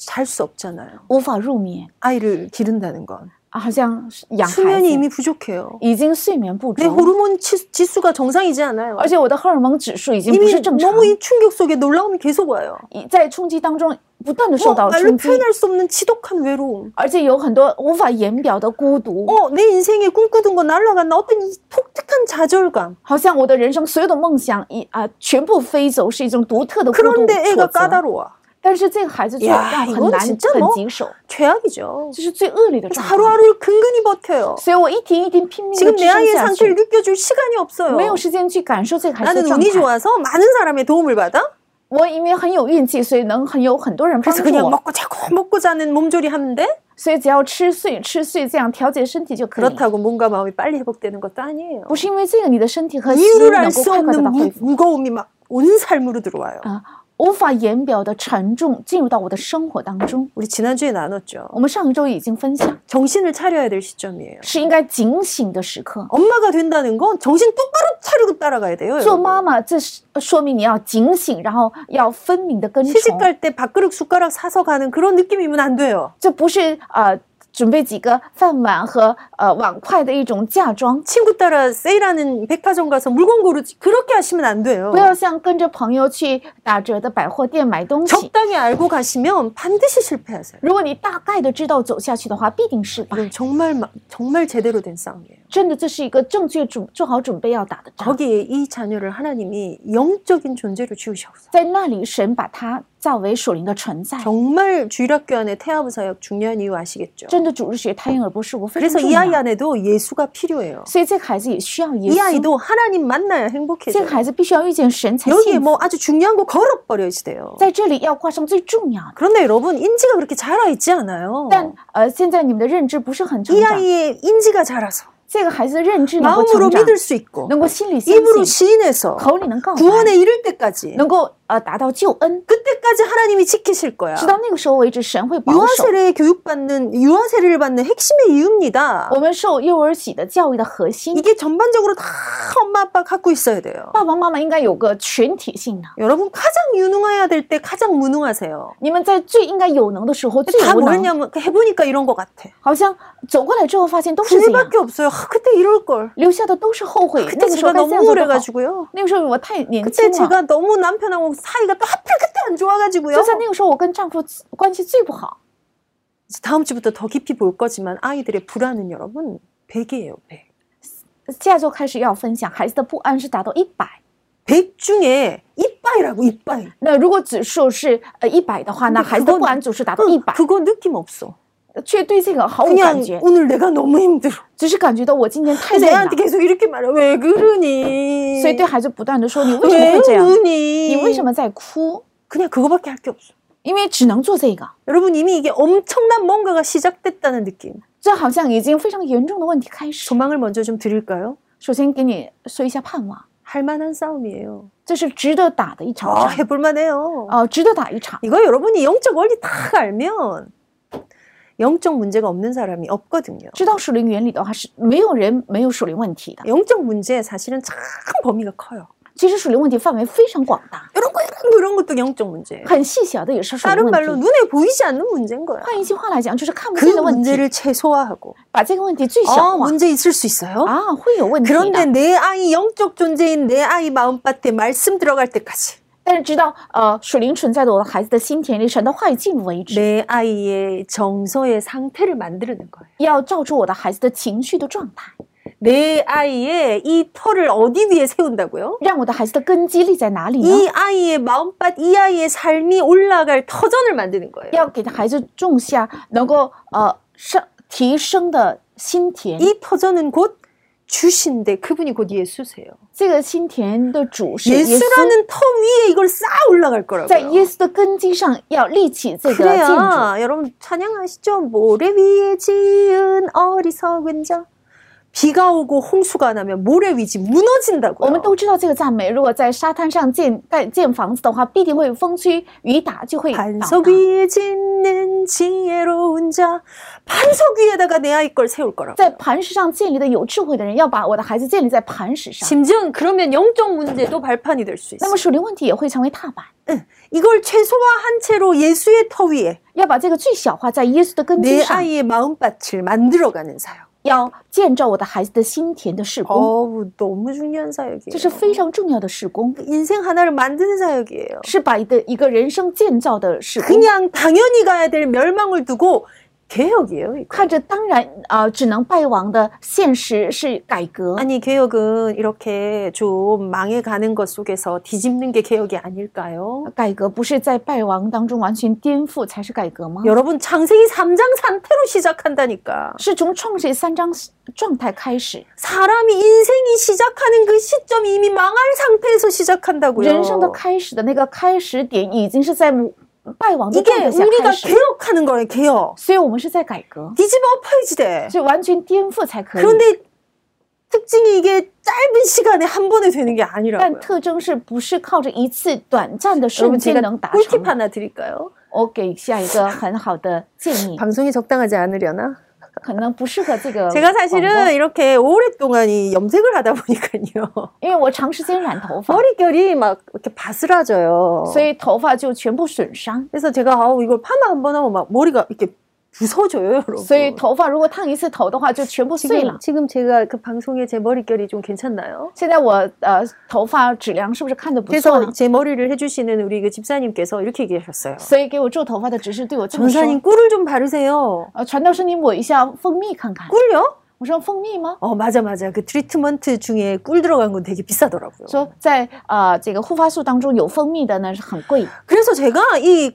[SPEAKER 1] 잘 수 없잖아요.
[SPEAKER 2] 无法入眠
[SPEAKER 1] 아이를 기른다는 건
[SPEAKER 2] 啊，好像是养孩
[SPEAKER 1] 수면이
[SPEAKER 2] 子
[SPEAKER 1] 이미 부족해요.
[SPEAKER 2] 已经睡眠不
[SPEAKER 1] 내
[SPEAKER 2] 足，
[SPEAKER 1] 호르몬 치- 지수가 정상이지 않아요.
[SPEAKER 2] 而且我的荷尔蒙指数已经不
[SPEAKER 1] 이미
[SPEAKER 2] 是正常，
[SPEAKER 1] 너무 이 충격 속에 놀라움이 계속 와요.
[SPEAKER 2] 已在冲击当中不断的受
[SPEAKER 1] 뭐,
[SPEAKER 2] 到
[SPEAKER 1] 말로
[SPEAKER 2] 冲击，
[SPEAKER 1] 표현할 수 없는 지독한 외로움.
[SPEAKER 2] 而且有很多无法言表的孤独。
[SPEAKER 1] 어, 내 인생에 꿈꾸던 거 날라갔나? 어떤 이 폭특한 좌절감.
[SPEAKER 2] 好像我的人生所有的梦想一啊、全部飞走，是一种独特的孤独
[SPEAKER 1] 그런데
[SPEAKER 2] 挫
[SPEAKER 1] 애가
[SPEAKER 2] 折。
[SPEAKER 1] 까다로워.
[SPEAKER 2] 但是这个孩子却
[SPEAKER 1] 呀
[SPEAKER 2] 让
[SPEAKER 1] 이건
[SPEAKER 2] 很难
[SPEAKER 1] 진짜
[SPEAKER 2] 很
[SPEAKER 1] 뭐
[SPEAKER 2] 棘手，
[SPEAKER 1] 최악이죠.
[SPEAKER 2] 这是最恶劣的
[SPEAKER 1] 그래서
[SPEAKER 2] 状况。
[SPEAKER 1] 하루하루를 근근히 버텨요.
[SPEAKER 2] 所以我一天一天拼命的
[SPEAKER 1] 지금
[SPEAKER 2] 支
[SPEAKER 1] 내 아이의
[SPEAKER 2] 撑下
[SPEAKER 1] 상태를
[SPEAKER 2] 去，
[SPEAKER 1] 느껴줄 시간이 없어요.
[SPEAKER 2] 没有时间去感受这个孩子
[SPEAKER 1] 나는
[SPEAKER 2] 的状
[SPEAKER 1] 운이
[SPEAKER 2] 态。
[SPEAKER 1] 좋아서 많은 사람의 도움을 받아.
[SPEAKER 2] 我因为很有运气，所以能很有很多人帮
[SPEAKER 1] 그래서
[SPEAKER 2] 助
[SPEAKER 1] 그냥 음.
[SPEAKER 2] 我，
[SPEAKER 1] 먹고 자고 먹고 자는 몸조리 하는데
[SPEAKER 2] 所以只要吃睡吃睡这样调节身体就可以。
[SPEAKER 1] 그렇다고 몸과 마음이 빨리 회복되는 것도 아니에요.
[SPEAKER 2] 不是因为这个，你的身体和心
[SPEAKER 1] 음, 이유를 알
[SPEAKER 2] 能够
[SPEAKER 1] 수
[SPEAKER 2] 快快的
[SPEAKER 1] 없는
[SPEAKER 2] 到
[SPEAKER 1] 무,
[SPEAKER 2] 恢复
[SPEAKER 1] 무거움이 막 온 삶으로 들어와요.
[SPEAKER 2] 啊，无法言表的沉重进入到我的生活当中。
[SPEAKER 1] 우리 지난주에 나눴죠.
[SPEAKER 2] 我们上一周已经分享，
[SPEAKER 1] 정신을 차려야 될 시점이에요.
[SPEAKER 2] 是应该警醒的时刻。
[SPEAKER 1] 엄마가 된다는 건 정신 똑바로 차리고 따라가야 돼요.
[SPEAKER 2] 做
[SPEAKER 1] 여러분.
[SPEAKER 2] 妈妈，这是呃说明你要警醒，然后要分明的跟从
[SPEAKER 1] 시집 ，갈 때 밥그릇 숟가락 사서 가는 그런 느낌이면 안 돼요.
[SPEAKER 2] 这不是呃准备几个饭碗和呃碗筷的一种嫁妆。
[SPEAKER 1] 친구 따라 세일하는 백화점 가서 물건 고르지 그렇게 하시면 안 돼요.
[SPEAKER 2] 不要像跟着朋友去打折的百货店买东西。
[SPEAKER 1] 적당히 알고 가시면 반드시 실패하세요.
[SPEAKER 2] 如果你大概的知道走下去的话，必定失败。
[SPEAKER 1] 이건 정말 마- 정말 제대로 된 싸움이에요.
[SPEAKER 2] 真的，这是一个正确准做好准备要打的仗。
[SPEAKER 1] 거기에 이 자녀를 하나님이 영적인 존재로 지으셨어.
[SPEAKER 2] 在那里，神把它造为属灵的存在。
[SPEAKER 1] 정말 주일학교 안에 태아부 사역 중요한 이유 아시겠죠?
[SPEAKER 2] 真的，主日学胎婴儿不是我非常
[SPEAKER 1] 그래서
[SPEAKER 2] 重
[SPEAKER 1] 이 아이
[SPEAKER 2] 要。
[SPEAKER 1] 안에도 예수가 필요해요.
[SPEAKER 2] 所以这个孩子也需要耶
[SPEAKER 1] 이
[SPEAKER 2] 稣。
[SPEAKER 1] 아이도 하나님 만나야
[SPEAKER 2] 这个
[SPEAKER 1] 행복해져요.
[SPEAKER 2] 孩子必须要遇见神才
[SPEAKER 1] 여기에
[SPEAKER 2] 幸福。
[SPEAKER 1] 뭐 아주 중요한 거 걸어버려야지 돼요.
[SPEAKER 2] 在这里要挂上最重要的。
[SPEAKER 1] 그런데 여러분 인지가 그렇게 자라 있지 않아요.
[SPEAKER 2] 但呃，现在你们的认知不是很成
[SPEAKER 1] 이
[SPEAKER 2] 长，
[SPEAKER 1] 아이의 인지가 자라서
[SPEAKER 2] 这个孩子的认知能够
[SPEAKER 1] 마음으로
[SPEAKER 2] 成长，
[SPEAKER 1] 믿을 수 있고
[SPEAKER 2] 能够心里相
[SPEAKER 1] 입으로
[SPEAKER 2] 信，
[SPEAKER 1] 시인해서
[SPEAKER 2] 口里能告白，
[SPEAKER 1] 구원에 이를 때까지
[SPEAKER 2] 能够呃达到救恩。
[SPEAKER 1] 그때까지 하나님이 지키실 거야.
[SPEAKER 2] 直到那个时候为止，神会
[SPEAKER 1] 啊
[SPEAKER 2] 保守。
[SPEAKER 1] 유아세례 교육받는 유아세례를 받는 핵심의 이유입니다.
[SPEAKER 2] 我们受幼儿喜的教育的核心，
[SPEAKER 1] 이게 전반적으로 다 엄마 아빠 갖고 있어야 돼요.
[SPEAKER 2] 爸爸妈妈应该有个群体性的。
[SPEAKER 1] 여러분 가장 유능해야 될 때 가장 무능하세요.
[SPEAKER 2] 你们在最应该有能的时候最
[SPEAKER 1] 다
[SPEAKER 2] 无能，
[SPEAKER 1] 뭐였냐면 해보니까 이런 것 같아.
[SPEAKER 2] 好像走过来之后发现都是这样，
[SPEAKER 1] 후회밖에 없어요. 아, 그때 이럴 걸.
[SPEAKER 2] 留下的都是后悔。
[SPEAKER 1] 그때
[SPEAKER 2] 那个时
[SPEAKER 1] 제가
[SPEAKER 2] 候该这
[SPEAKER 1] 너무
[SPEAKER 2] 样做多好。
[SPEAKER 1] 우울해가지고요.
[SPEAKER 2] 那个时候我太年
[SPEAKER 1] 그때
[SPEAKER 2] 轻了，
[SPEAKER 1] 제가 너무 남편하고 사이가 또 하필 그때 안 좋아가지고요.
[SPEAKER 2] 就在那个时候我跟丈夫关系最不好。
[SPEAKER 1] 다음 주부터 더 깊이 볼 거지만 아이들의 불안은 여러분 100이에요. 100.
[SPEAKER 2] 下周开始要分享孩子的不安是达到一百。
[SPEAKER 1] 100 중에 이빨이라고 이빨.
[SPEAKER 2] 那如果指数是呃一百的话，那
[SPEAKER 1] 那
[SPEAKER 2] 孩
[SPEAKER 1] 可
[SPEAKER 2] 子的
[SPEAKER 1] 不
[SPEAKER 2] 不安指数达到一
[SPEAKER 1] 그,
[SPEAKER 2] 百，
[SPEAKER 1] 그거 느낌 없어.
[SPEAKER 2] 却对这个毫无
[SPEAKER 1] 그냥
[SPEAKER 2] 感觉，
[SPEAKER 1] 오늘 내가 너무 힘들어.
[SPEAKER 2] 只是感觉到我今天太
[SPEAKER 1] 그래서
[SPEAKER 2] 累了
[SPEAKER 1] 애한테 ， 계속 이렇게 말해. 왜 그러니?
[SPEAKER 2] 所以对孩子不断的说：“你为什么
[SPEAKER 1] 왜
[SPEAKER 2] 会这样？
[SPEAKER 1] 우니?
[SPEAKER 2] 你为什么在哭？
[SPEAKER 1] 그냥 그거밖에 할 게 없어.
[SPEAKER 2] 因为只能做这个。”
[SPEAKER 1] 여러분 이미 이게 엄청난 뭔가가 시작됐다는 느낌.
[SPEAKER 2] 这好像已经非常严重的问题开始。
[SPEAKER 1] 조망을 먼저 좀 드릴까요?
[SPEAKER 2] 首先给你说一下盼望，
[SPEAKER 1] 할 만한 싸움이에요.
[SPEAKER 2] 这是值得打的一场
[SPEAKER 1] 아
[SPEAKER 2] 仗，
[SPEAKER 1] 해볼 만해요.
[SPEAKER 2] 呃，值得打一场。
[SPEAKER 1] 이거 여러분이 영적 원리 다 알면 영적 문제가 없는 사람이 없거든요.
[SPEAKER 2] 知道属灵原理的话，是没有人没有属灵问题的。
[SPEAKER 1] 영적 문제 사실은 참 범위가 커요.
[SPEAKER 2] 其实属灵问题范围非常广大，
[SPEAKER 1] 이런 거 이런 거 이런 것도 영적 문제예요.
[SPEAKER 2] 很细小的也是属灵
[SPEAKER 1] 다른
[SPEAKER 2] 问
[SPEAKER 1] 말로
[SPEAKER 2] 题。
[SPEAKER 1] 눈에 보이지 않는 문제인 거야.
[SPEAKER 2] 换一句话来讲，就是看不
[SPEAKER 1] 그
[SPEAKER 2] 见的问题，
[SPEAKER 1] 문제를 최소화하고
[SPEAKER 2] 把这个问题最
[SPEAKER 1] 아
[SPEAKER 2] 小化
[SPEAKER 1] 문제 있을 수 있어요.
[SPEAKER 2] 啊，会有问题
[SPEAKER 1] 그런데
[SPEAKER 2] 的。
[SPEAKER 1] 내 아이 영적 존재인 내 아이 마음밭에 말씀 들어갈 때까지
[SPEAKER 2] 但是直到呃属灵存在的我的孩子的心田里，神的话语进入为止，
[SPEAKER 1] 내 아이의 정서의 상태를 만드는 거예요.
[SPEAKER 2] 要照出我的孩子的情绪的状态。
[SPEAKER 1] 내 아이의 이 털을 어디 위에 세운다고요?
[SPEAKER 2] 让我的孩子的根基立在哪里呢？
[SPEAKER 1] 이 아이의 마음밭, 이 아이의 삶이 올라갈 터전을 만드는 거예요.
[SPEAKER 2] 要给孩子种下能够呃上提升的心田。
[SPEAKER 1] 이 터전은 곧 주신데 그분이 곧 예수세요.
[SPEAKER 2] 这个心田的主是耶稣，
[SPEAKER 1] 예수라는 터 위에 이걸 쌓아 올라갈
[SPEAKER 2] 在耶
[SPEAKER 1] 거라고요.
[SPEAKER 2] 稣的根基上要立起这个
[SPEAKER 1] 啊
[SPEAKER 2] 建筑。
[SPEAKER 1] 그래야 여러분 찬양하시죠. 모래 위에 지은 어리석은 자. 비가 오고 홍수가 나면 모래 위지
[SPEAKER 2] 我们
[SPEAKER 1] 무너진다고요.
[SPEAKER 2] 都知道这个赞美，如果在沙滩上建盖建房子的话，必定会风吹雨打，就会倒塌。
[SPEAKER 1] 반석 위에 짓는 지혜로운 자. 반석 위에다가 내 아이 걸 세울 거라고.
[SPEAKER 2] 在磐石上建立的有智慧的人，要把我的孩子建立在磐石上。
[SPEAKER 1] 심지어 그러면 영적 문제도 발판이 될 수
[SPEAKER 2] 那
[SPEAKER 1] 있어요.
[SPEAKER 2] 么属灵问题也会成为踏板，
[SPEAKER 1] 이걸 최소화한 채로 예수의 터 위에
[SPEAKER 2] 要把这个最小化在耶稣的根基
[SPEAKER 1] 내
[SPEAKER 2] 上，
[SPEAKER 1] 아이의 마음밭을 만들어가는 사역.
[SPEAKER 2] 要建造我的孩子的心田的事工，
[SPEAKER 1] 어우 너무 중요한
[SPEAKER 2] 这是
[SPEAKER 1] 사역이에요.
[SPEAKER 2] 非常重要的事工。
[SPEAKER 1] 인생 하나를 만드는 사역이에요.
[SPEAKER 2] 是把一个一个人生建造的事工，
[SPEAKER 1] 그냥 당연히 가야 될 멸망을 두고 개혁이에요. 이거.
[SPEAKER 2] 看着当然啊、呃只能败亡的现实是改革。
[SPEAKER 1] 아니 개혁은 이렇게 좀 망해가는 것 속에서 뒤집는 게 개혁이 아닐까요?
[SPEAKER 2] 改革不是在败亡当中完全颠覆才是改革吗？
[SPEAKER 1] 여러분 창세기 3장 산태로 시작한다니까.
[SPEAKER 2] 是从创世三章状态开始，
[SPEAKER 1] 사람이 인생이 시작하는 그 시점이 이미 망할 상태에서 시작한다고요.
[SPEAKER 2] 人生的开始的那个开始点已经是在败亡的状
[SPEAKER 1] 이게
[SPEAKER 2] 态下
[SPEAKER 1] 우리가
[SPEAKER 2] 开始，
[SPEAKER 1] 개혁하는 거예요. 개혁.
[SPEAKER 2] 所以我们是在改革，
[SPEAKER 1] 뒤집어 엎어야지 돼.
[SPEAKER 2] 是完全颠覆才可以。
[SPEAKER 1] 그런데 특징이 이게 짧은 시간에 한 번에 되는 게 아니라고요.
[SPEAKER 2] 但特征是不是靠着一次短暂的瞬
[SPEAKER 1] 여러분
[SPEAKER 2] 间
[SPEAKER 1] 제가
[SPEAKER 2] 能达
[SPEAKER 1] 꿀팁
[SPEAKER 2] 成？
[SPEAKER 1] 하나 드릴까요?
[SPEAKER 2] 我给下一个很好的建议，
[SPEAKER 1] 방송이 적당하지 않으려나? 어,
[SPEAKER 2] 可能不适合 这个
[SPEAKER 1] 제가
[SPEAKER 2] 广播
[SPEAKER 1] 사실은 이렇게 오랫동안 이 염색을 하다 보니까요.
[SPEAKER 2] 因为我长时间染头 发，
[SPEAKER 1] 머릿결이 막 이렇게 바스라져요.
[SPEAKER 2] 所以头发就全部损伤。
[SPEAKER 1] 그래서 제가 아우 이걸 파마 한 번 하면 막 머리가 이렇게 부서져요, 여러분.
[SPEAKER 2] 所以头发如果烫一次头的话，就全部碎
[SPEAKER 1] 지금,
[SPEAKER 2] 了。
[SPEAKER 1] 지금 제가 그 방송에 제 머릿결이 좀 괜찮나요?
[SPEAKER 2] 现在我呃头发质量是不是看着不错
[SPEAKER 1] 그래서
[SPEAKER 2] 呢？
[SPEAKER 1] 제 머리를 해주시는 우리 그 집사님께서 이렇게 얘기하셨어요.
[SPEAKER 2] 所以给我做头发的执事对我这么说
[SPEAKER 1] 전사님 꿀을 좀 바르세요. ：“
[SPEAKER 2] 呃，传道师，你抹一下蜂蜜看看。
[SPEAKER 1] 꿀요? ”
[SPEAKER 2] 我说：“蜂蜜吗
[SPEAKER 1] 어 맞아 맞아 그 트리트먼트 중에 꿀 들어간 건 되게 ？”
[SPEAKER 2] 我
[SPEAKER 1] 비싸더라고요.
[SPEAKER 2] 说在呃这个护发素当中有蜂蜜的呢是很贵，
[SPEAKER 1] 그래서 제가 이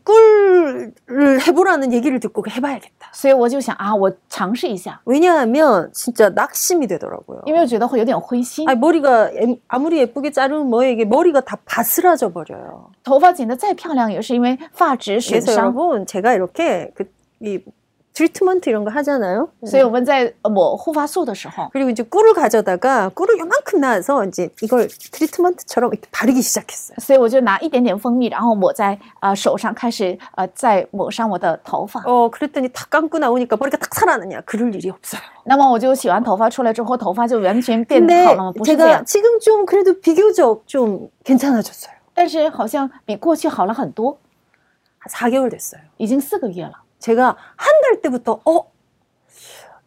[SPEAKER 1] 꿀을 해보라는 얘기를 듣고 해봐야겠다.
[SPEAKER 2] 所以我就想啊，我尝试一下，
[SPEAKER 1] 왜냐하면 진짜 낙심이 되더라고요.
[SPEAKER 2] 因为我觉得会有点灰心，
[SPEAKER 1] 아니, 머리가 엠- 아무리 예쁘게 자르면 뭐에 이게 머리가 다 바스라져 버려요.
[SPEAKER 2] 头发剪得再漂亮也是因为发质损
[SPEAKER 1] 그래서
[SPEAKER 2] 伤。
[SPEAKER 1] 여러분 제가 이렇게 그 이 트리트먼트 이런 거 하잖아요.
[SPEAKER 2] 所以我们在呃抹护发素的时候，
[SPEAKER 1] 그리고 이제 꿀을 가져다가 꿀을 요만큼 나와서 이제 이걸 트리트먼트처럼 이렇게 바르기 시작했어요.
[SPEAKER 2] 所以我就拿一点点蜂蜜，然后抹在呃手上，开始呃再抹上我的头发。
[SPEAKER 1] 어 그랬더니 다 감고 나오니까 머리가 딱 살아나냐? 그럴 일이 없어요.
[SPEAKER 2] 那么我就洗完头发出来之后，头发就完全变
[SPEAKER 1] 근데
[SPEAKER 2] 好了吗？不是这
[SPEAKER 1] 제가
[SPEAKER 2] 样，
[SPEAKER 1] 지금 좀 그래도 비교적 좀 괜찮아졌어요.
[SPEAKER 2] 但是好像比过去好了很多，
[SPEAKER 1] 한 4개월 됐어요.
[SPEAKER 2] 已经四个月了。
[SPEAKER 1] 제가 한 달 때부터 어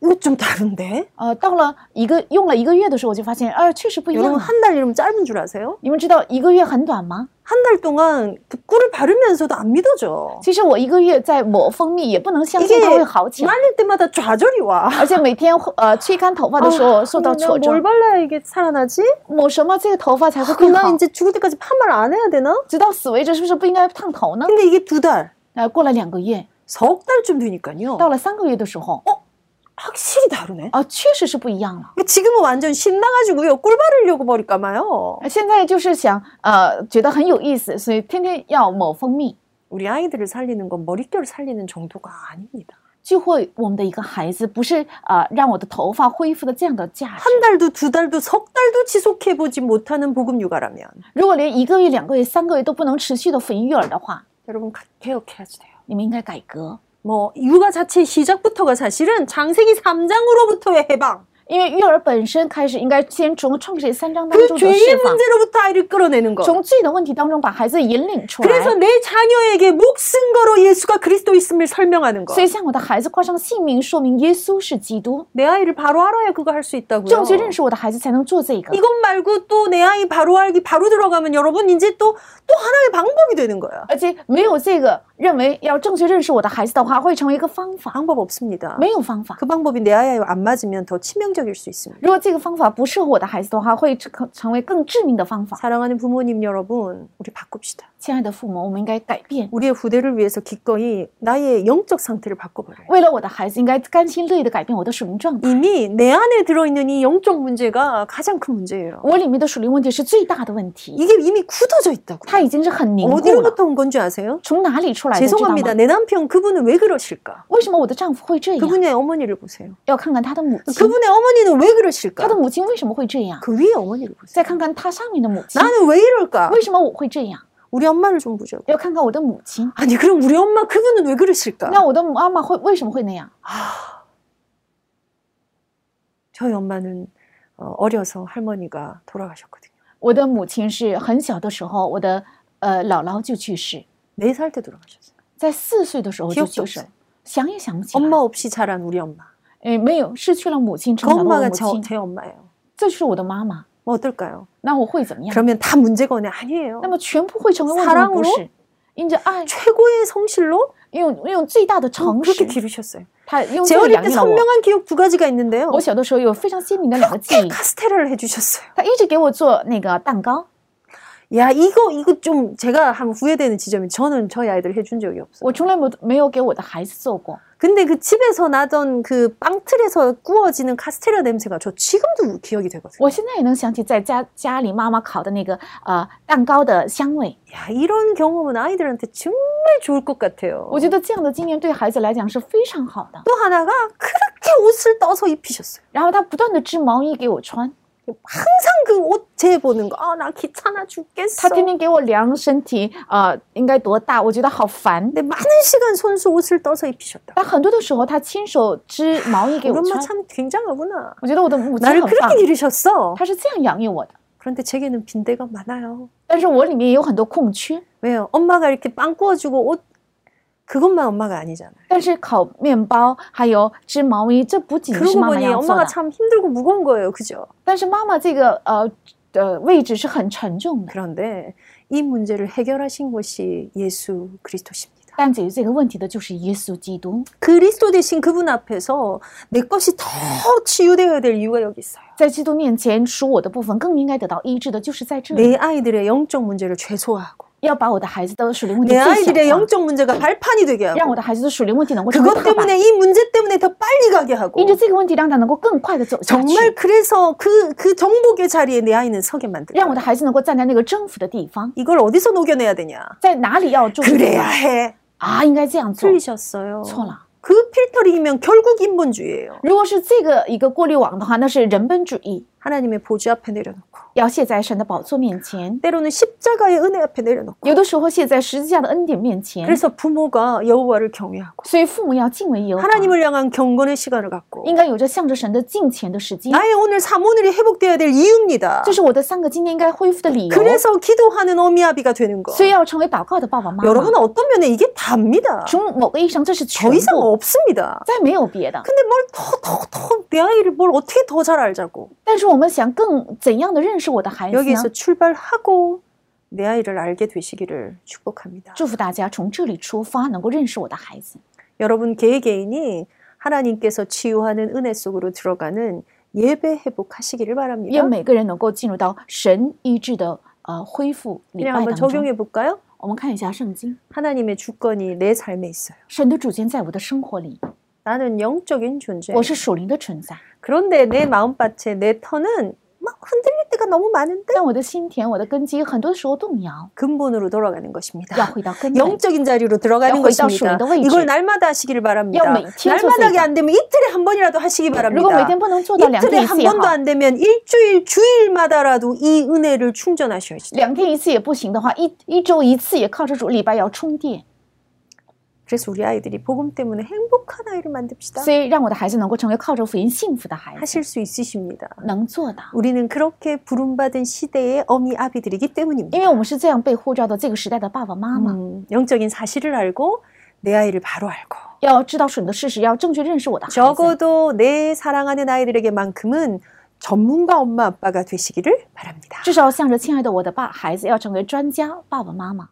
[SPEAKER 1] 이거 좀 다른데?
[SPEAKER 2] 呃，到了一个用了一个月的时候，我就发现，呃，确实不一样
[SPEAKER 1] 여러분
[SPEAKER 2] 了。
[SPEAKER 1] 한 달 이러면 짧은 줄 아세요?
[SPEAKER 2] 你们知道一个月很短吗？
[SPEAKER 1] 한 달 동안 그 꿀을 바르면서도 안 믿어져.
[SPEAKER 2] 其实我一个月在抹蜂蜜，也不能相信
[SPEAKER 1] 이게
[SPEAKER 2] 它会好起来，
[SPEAKER 1] 말릴 때마다 좌절이 와.
[SPEAKER 2] 而且每天呃吹干头
[SPEAKER 1] 아,
[SPEAKER 2] 发的时候受到
[SPEAKER 1] 그러면
[SPEAKER 2] 挫折
[SPEAKER 1] 뭘 ， 발라야 이게 살아나지?
[SPEAKER 2] 抹什么这个头发才会
[SPEAKER 1] 아, 그럼
[SPEAKER 2] 更
[SPEAKER 1] 나
[SPEAKER 2] 好？
[SPEAKER 1] 이제 죽을 때까지 파마를 안 해야 되나?
[SPEAKER 2] 直到死为止，是不是不应该烫头呢？
[SPEAKER 1] 근데 이게 두 달,
[SPEAKER 2] 呃，过了两个月，
[SPEAKER 1] 석 달쯤 되니까요.
[SPEAKER 2] 到了三个月的时候，
[SPEAKER 1] 확실히 다르네. 그러니까
[SPEAKER 2] 啊，确实是不一样了。
[SPEAKER 1] 지금은 완전 신나가지고요. 꿀 바르려고 머리 감아요.
[SPEAKER 2] 呃现在就是想，呃，觉得很有意思，所以天天要抹蜂蜜。
[SPEAKER 1] 우리 아이들을 살리는 건 머릿결 살리는 정도가 아닙니다.
[SPEAKER 2] 聚会，我们的一个孩子不是啊、呃让我的头发恢复的这样的价值。
[SPEAKER 1] 한 달도 두 달도 석 달도 지속해 보지 못하는 복음 육아라면
[SPEAKER 2] 如果连一个月、两个月、三个月都不能持续的抚育育儿的话，
[SPEAKER 1] 여러분 가- 개혁해야지 돼요.
[SPEAKER 2] 你们应该改革，
[SPEAKER 1] 뭐 육아 자체 시작부터가 사실은 장세기 3장으로부터의 해방,
[SPEAKER 2] 因为育儿本身开始应该先从创世三章当
[SPEAKER 1] 그
[SPEAKER 2] 中的
[SPEAKER 1] 죄의
[SPEAKER 2] 释放，
[SPEAKER 1] 문제로부터 아이를 끌어내는 거.
[SPEAKER 2] 从罪的问题当中把孩子引领出来。
[SPEAKER 1] 그래서 내 자녀에게 목숨 걸어 예수가 그리스도 있음을 설명하는 거.
[SPEAKER 2] 所以向我的孩子挂上姓名，说明耶稣是基督。
[SPEAKER 1] 내 아이를 바로 알아야 그거 할 수 있다고요.
[SPEAKER 2] 正确认识我的孩子才能做这个。
[SPEAKER 1] 이것 말고 또 내 아이 바로 알기 바로 들어가면 여러분 이제 또 또 하나의 방법이 되는 거야.
[SPEAKER 2] 而且没有这个，认为要正确认识我的孩子的话，会成为一个方法。
[SPEAKER 1] 방법 없습니다.
[SPEAKER 2] 没有方法，
[SPEAKER 1] 그 방법이 내 아이와 안 맞으면 더 치명적일 수 있습니다.
[SPEAKER 2] 如果这个方法不适合我的孩子的话，会成成为更致命的方法。
[SPEAKER 1] 사랑하는 부모님 여러분, 우리 바꿉시다.
[SPEAKER 2] 亲爱的父母，我们应该改变，
[SPEAKER 1] 우리의 후대를 위해서 기꺼이 나의 영적 상태를 바꿔봐요.
[SPEAKER 2] 为了我的孩子，应该甘心乐意的改变我的属灵状态。
[SPEAKER 1] 이미 내 안에 들어있는 이 영적 문제가 가장 큰 문제예요.
[SPEAKER 2] 我里面的属灵问题是最大的问题，
[SPEAKER 1] 이게 이미 굳어져 있다고.
[SPEAKER 2] 它已经是很凝固了。
[SPEAKER 1] 어디로부터 온 건지 아세요?
[SPEAKER 2] 从哪里出来的？知道
[SPEAKER 1] 죄송합니다.
[SPEAKER 2] 吗？
[SPEAKER 1] 내 남편 그분은 왜 그러실까?
[SPEAKER 2] 为什么我的丈夫会这样？
[SPEAKER 1] 그분의 어머니를 보세요.
[SPEAKER 2] 要看看他的母亲，
[SPEAKER 1] 그분의 어머니는 왜
[SPEAKER 2] 他
[SPEAKER 1] 그러실까?
[SPEAKER 2] 的母亲为什么会这样？
[SPEAKER 1] 그 위에 어머니를 보세요.
[SPEAKER 2] 再看看他上面的母亲，
[SPEAKER 1] 나는 왜 이럴까?
[SPEAKER 2] 为什么我会这样？
[SPEAKER 1] 우리 엄마를 좀 보자고.
[SPEAKER 2] 要看看我的母亲，
[SPEAKER 1] 아니 그럼 우리 엄마 그분은 왜 그러실까?
[SPEAKER 2] 那我的妈妈会为什么会那样？
[SPEAKER 1] 저희 엄마는 어, 어려서 할머니가 돌아가셨거든요.
[SPEAKER 2] 我的母亲是很小的时候，我的呃姥姥就去世，
[SPEAKER 1] 네 살 때 돌아가셨어요. 在
[SPEAKER 2] 四岁的时候就去世
[SPEAKER 1] 기억도없어요
[SPEAKER 2] 了，想也想不起来。
[SPEAKER 1] 엄마 없이 자란 우리 엄마.
[SPEAKER 2] 哎，没有，失去了母亲，
[SPEAKER 1] 그
[SPEAKER 2] 成长的我
[SPEAKER 1] 엄마가
[SPEAKER 2] 母
[SPEAKER 1] 저
[SPEAKER 2] 亲，
[SPEAKER 1] 제 엄마예요.
[SPEAKER 2] 这就是我的妈妈。
[SPEAKER 1] 뭐 어떨까요?
[SPEAKER 2] 那我会怎么样？
[SPEAKER 1] 그러면 다 문제가 오네 아니에요.
[SPEAKER 2] 那么全部会成为问
[SPEAKER 1] 사랑 으로
[SPEAKER 2] 题不是？因着爱，
[SPEAKER 1] 최고의 성실로
[SPEAKER 2] 用用最大的诚
[SPEAKER 1] 그렇게
[SPEAKER 2] 实，
[SPEAKER 1] 기르셨어요.
[SPEAKER 2] 他用
[SPEAKER 1] 제
[SPEAKER 2] 这个
[SPEAKER 1] 어릴
[SPEAKER 2] 养
[SPEAKER 1] 때
[SPEAKER 2] 育了我。
[SPEAKER 1] 선명한 기억 두 가지가 있는데요.
[SPEAKER 2] 我小的时候有非常鲜明的两个记
[SPEAKER 1] 그렇게
[SPEAKER 2] 忆，
[SPEAKER 1] 카스테라를 해주셨어요.
[SPEAKER 2] 他一直给我做那个蛋糕。
[SPEAKER 1] 야 이거 이거 좀 제가 한 후회되는 지점이 저는 저희 아이들 해준 적이 없어요.
[SPEAKER 2] 我从来没有没有给我的孩子做过，
[SPEAKER 1] 근데 그 집에서 나던 그 빵틀에서 구워지는 카스테라 냄새가 저 지금도 기억이 되거든요.
[SPEAKER 2] 我现在也能想起在家家里妈妈烤的那个呃蛋糕的香味。
[SPEAKER 1] 야 이런 경험은 아이들한테 정말 좋을 것 같아요.
[SPEAKER 2] 我觉得这样的经验对孩子来讲是非常好的。
[SPEAKER 1] 또 하나가 그렇게 옷을 떠서 입히셨어요.
[SPEAKER 2] 然后他不断的织毛衣给我穿，
[SPEAKER 1] 항상 그 옷 재보는 거. 아 나 귀찮아 죽겠어.
[SPEAKER 2] 他天天给我量身体，呃，应该多大？我觉得好烦。
[SPEAKER 1] 근데 많은 시간 손수 옷을 떠서 입히셨다.
[SPEAKER 2] 但很多的时候，他亲手织毛衣给
[SPEAKER 1] 우
[SPEAKER 2] 我
[SPEAKER 1] 엄마
[SPEAKER 2] 穿，
[SPEAKER 1] 참 굉장하구나.
[SPEAKER 2] 我觉得我的母亲
[SPEAKER 1] 나를
[SPEAKER 2] 很棒
[SPEAKER 1] 그렇게 ， 기르셨어.
[SPEAKER 2] 他是这样养育我的。
[SPEAKER 1] 그런데 제게는 빈대가 많아요.
[SPEAKER 2] 但是我里面也有很多空缺，
[SPEAKER 1] 왜요? 엄마가 이렇게 빵 구워주고 옷 그것만 엄마가 아니잖아요.
[SPEAKER 2] 但是烤面包还有织毛衣，这不仅是
[SPEAKER 1] 그러고
[SPEAKER 2] 妈妈
[SPEAKER 1] 보니
[SPEAKER 2] 要做
[SPEAKER 1] 엄마가
[SPEAKER 2] 的，
[SPEAKER 1] 참 힘들고 무거운 거예요, 그죠?
[SPEAKER 2] 但是妈妈这个呃的位置是很沉重的。
[SPEAKER 1] 그런데 이 문제를 해결하신 것이 예수 그리스도십니다.
[SPEAKER 2] 但解决这个问题的就是耶稣基督，
[SPEAKER 1] 그리스도 대신 그분 앞에서 내 것이 더 치유되어야 될 이유가 여기 있어요.
[SPEAKER 2] 在基督面前属我的部分更应该得到医治的，就是在这里。
[SPEAKER 1] 내 아이들의 영적 문제를 최소화하고
[SPEAKER 2] 要把我的孩子的属灵问题
[SPEAKER 1] 내 음,
[SPEAKER 2] 最
[SPEAKER 1] 아이들의
[SPEAKER 2] 小化，
[SPEAKER 1] 영적 문제가 발판이 되게
[SPEAKER 2] 让
[SPEAKER 1] 하고
[SPEAKER 2] 我的孩子的属灵问题能够成为
[SPEAKER 1] 그것
[SPEAKER 2] 踏板，
[SPEAKER 1] 때문에 이 문제 때문에 더 빨리 가게 하고
[SPEAKER 2] 因着这个问题让他能够更快的走下去，
[SPEAKER 1] 정말 그래서 그, 그 정복의 자리에 내 아이는 서게
[SPEAKER 2] 让我
[SPEAKER 1] 만들고
[SPEAKER 2] 的孩子能够站在那个征服的地方，
[SPEAKER 1] 이걸 어디서 녹여내야 되냐
[SPEAKER 2] 在哪里要注意
[SPEAKER 1] 그래야 해
[SPEAKER 2] 啊？应该这样做，
[SPEAKER 1] 틀리셨어요
[SPEAKER 2] 错了。
[SPEAKER 1] 그 필터링이면 결국 인본주의예요
[SPEAKER 2] 如果是这个一个过滤网的话，那是人本主义，
[SPEAKER 1] 하나님의 보좌 앞에 내려놓고
[SPEAKER 2] 要卸在神的宝座面前，
[SPEAKER 1] 때로는 십자가의 은혜 앞에 내려놓고
[SPEAKER 2] 有的时候卸在十字架的恩典面前。
[SPEAKER 1] 그래서 부모가 여호와를 경외하고
[SPEAKER 2] 所以父母要敬畏耶和华，
[SPEAKER 1] 하나님을 향한 경건의 시간을 갖고
[SPEAKER 2] 应该有着向着神的敬虔的时间，
[SPEAKER 1] 나의 오늘 삶 오늘이 회복되어야 될 이유입니다
[SPEAKER 2] 这是我的三个今天应该恢复的理由。
[SPEAKER 1] 그래서 기도하는 어미아비가 되는 거
[SPEAKER 2] 所以要成为祷告的爸爸妈妈。
[SPEAKER 1] 여러분 어떤 면에 이게 답니다
[SPEAKER 2] 从某个意义上，这是全
[SPEAKER 1] 더 이상
[SPEAKER 2] 部，
[SPEAKER 1] 없습니다
[SPEAKER 2] 再没有别的。
[SPEAKER 1] 근데 뭘 더 더 더 내 아이를 뭘 어떻게 더 잘 알자고
[SPEAKER 2] 但是我们想更怎样的认识我的孩子呢
[SPEAKER 1] 여기에서 ？ 출발하고 내 아이를 알게 되시기를 축복합니다.
[SPEAKER 2] 祝福大家从这里出发，能够认识我的孩子。
[SPEAKER 1] 여러분 개개인이 하나님께서 치유하는 은혜 속으로 들어가는 예배 회복하시기를 바랍니다.
[SPEAKER 2] 愿每个人能够进入到神医治的呃恢复礼
[SPEAKER 1] 그냥
[SPEAKER 2] 拜
[SPEAKER 1] 한번
[SPEAKER 2] 当中。
[SPEAKER 1] 적용해 볼까요?
[SPEAKER 2] 我们看一下圣经，
[SPEAKER 1] 하나님의 주권이 내 삶에 있어요.
[SPEAKER 2] 神的主权在我的生活里，
[SPEAKER 1] 나는 영적인 존재.
[SPEAKER 2] 我是属灵的存在，
[SPEAKER 1] 그런데 내 마음밭에 내 터는 막 흔들릴 때가 너무 많은데
[SPEAKER 2] 但我的心田、我的根基，很多时候动摇，
[SPEAKER 1] 근본으로 돌아가는
[SPEAKER 2] 要
[SPEAKER 1] 것입니다.
[SPEAKER 2] 回到 根本。
[SPEAKER 1] 영적인 자리로 들어가는
[SPEAKER 2] 야, 거의 다
[SPEAKER 1] 것입니다.
[SPEAKER 2] 수행도 있지.
[SPEAKER 1] 이걸 날마다 하시기를 바랍니다.
[SPEAKER 2] 야, 매일 티어
[SPEAKER 1] 날마다 하게
[SPEAKER 2] 소스이다.
[SPEAKER 1] 안 되면 이틀에 한 번이라도 하시기
[SPEAKER 2] 如果每
[SPEAKER 1] 바랍니다.
[SPEAKER 2] 天不能做到两
[SPEAKER 1] 이틀에
[SPEAKER 2] 天一
[SPEAKER 1] 한
[SPEAKER 2] 次也好，
[SPEAKER 1] 번도 안 되면 일주일 주일마다라도 이 은혜를 충전하셔야지.
[SPEAKER 2] 两天一次也不行的话，一一周一次也靠着主礼拜要充电。
[SPEAKER 1] 그래서 우리 아이들이 복음 때문에 행복한 아이를 만듭시다.
[SPEAKER 2] 所以让我的孩子能够成为靠着福音幸福的孩子，
[SPEAKER 1] 하실 수 있으십니다.
[SPEAKER 2] 能做到，
[SPEAKER 1] 우리는 그렇게 부름받은 시대의 어미 아비들이기
[SPEAKER 2] 因
[SPEAKER 1] 때문입니다.
[SPEAKER 2] 为我们是这样被呼召的这个时代的爸爸妈妈，
[SPEAKER 1] 음, 영적인 사실을 알고 내 아이를 바로 알고
[SPEAKER 2] 要知道神的事实，要正确认识我的孩子。
[SPEAKER 1] 적어도 내 사랑하는 아이들에게만큼은 전문가 엄마 아빠가 되시기를 바랍니다.
[SPEAKER 2] 至少向着亲爱的我的爸孩子，要成为专家爸爸妈妈。